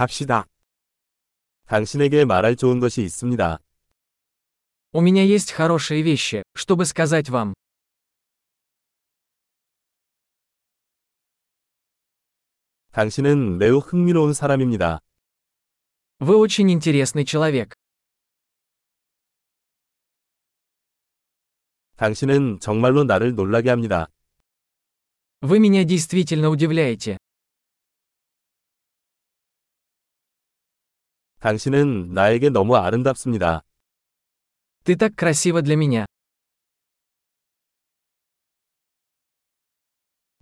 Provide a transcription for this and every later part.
갑시다. 당신에게 말할 좋은 것이 있습니다. У меня есть хорошие вещи, чтобы сказать вам. 당신은 매우 흥미로운 사람입니다. Вы очень интересный человек. 당신은 정말로 나를 놀라게 합니다. Вы меня действительно удивляете. 당신은 나에게 너무 아름답습니다. Ты так красива для меня.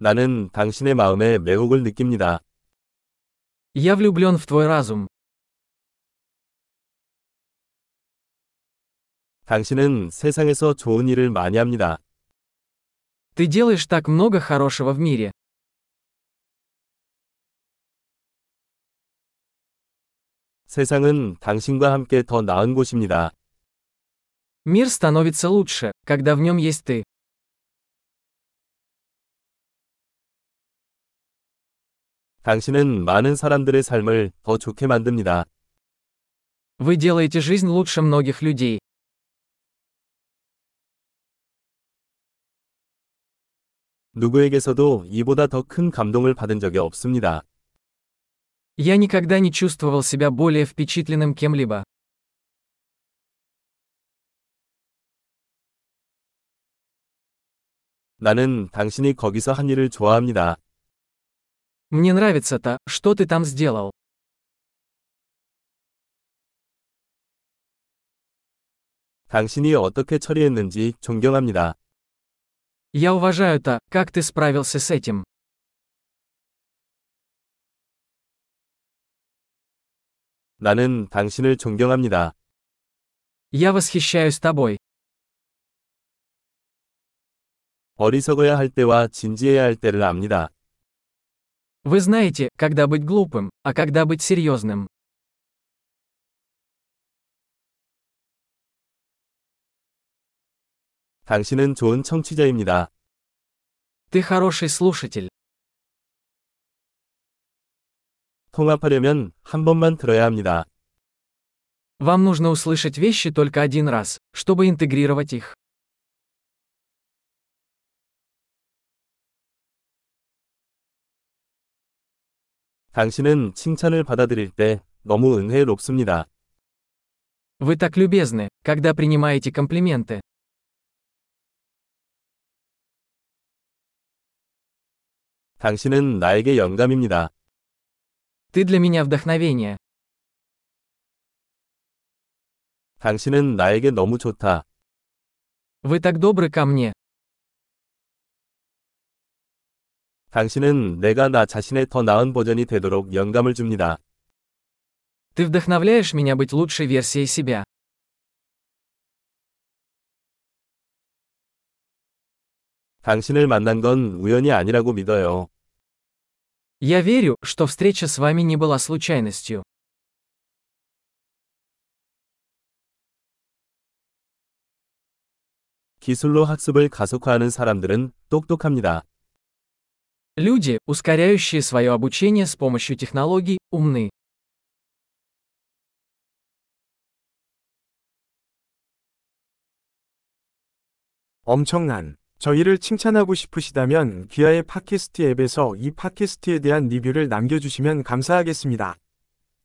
나는 당신의 마음에 매혹을 느낍니다. Я влюблен в твой разум. 당신은 세상에서 좋은 일을 많이 합니다. Ты делаешь так много хорошего в мире. 세상은 당신과 함께 더 나은 곳입니다. Мир становится лучше, когда в нем есть ты. 당신은 많은 사람들의 삶을 더 좋게 만듭니다. Вы делаете жизнь лучше многих людей. 누구에게서도 이보다 더 큰 감동을 받은 적이 없습니다. Я никогда не чувствовал себя более впечатленным кем-либо. 나는 당신이 거기서 한 일을 좋아합니다. Мне нравится то, что ты там сделал. 당신이 어떻게 처리했는지 존경합니다. Я уважаю то, как ты справился с этим. 나는 당신을 존경합니다. Я восхищаюсь тобой. 어리석어야 할 때와 진지해야 할 때를 압니다. Вы знаете, когда быть глупым, а когда быть серьезным. 당신은 좋은 청취자입니다. Ты хороший слушатель. 통합하려면 한 번만 들어야 합니다. Вам нужно услышать вещи только один раз, чтобы интегрировать их. 당신은 칭찬을 받아들일 때 너무 은혜롭습니다. Вы так любезны, когда принимаете комплименты. 당신은 나에게 영감입니다. Ты для меня вдохновение. 당신은 나에게 너무 좋다. Вы так добры ко мне. 당신은 내가 나 자신의 더 나은 버전이 되도록 영감을 줍니다. Ты вдохновляешь меня быть лучшей версией себя. 당신을 만난 건 우연이 아니라고 믿어요. Я верю, что встреча с вами не была случайностью. 기술로 학습을 가속화하는 사람들은 똑똑합니다. Люди, ускоряющие свое обучение с помощью технологий, умны. 엄청난 저희를 칭찬하고 싶으시다면 기아의 팟캐스트 앱에서 이 팟캐스트에 대한 리뷰를 남겨주시면 감사하겠습니다.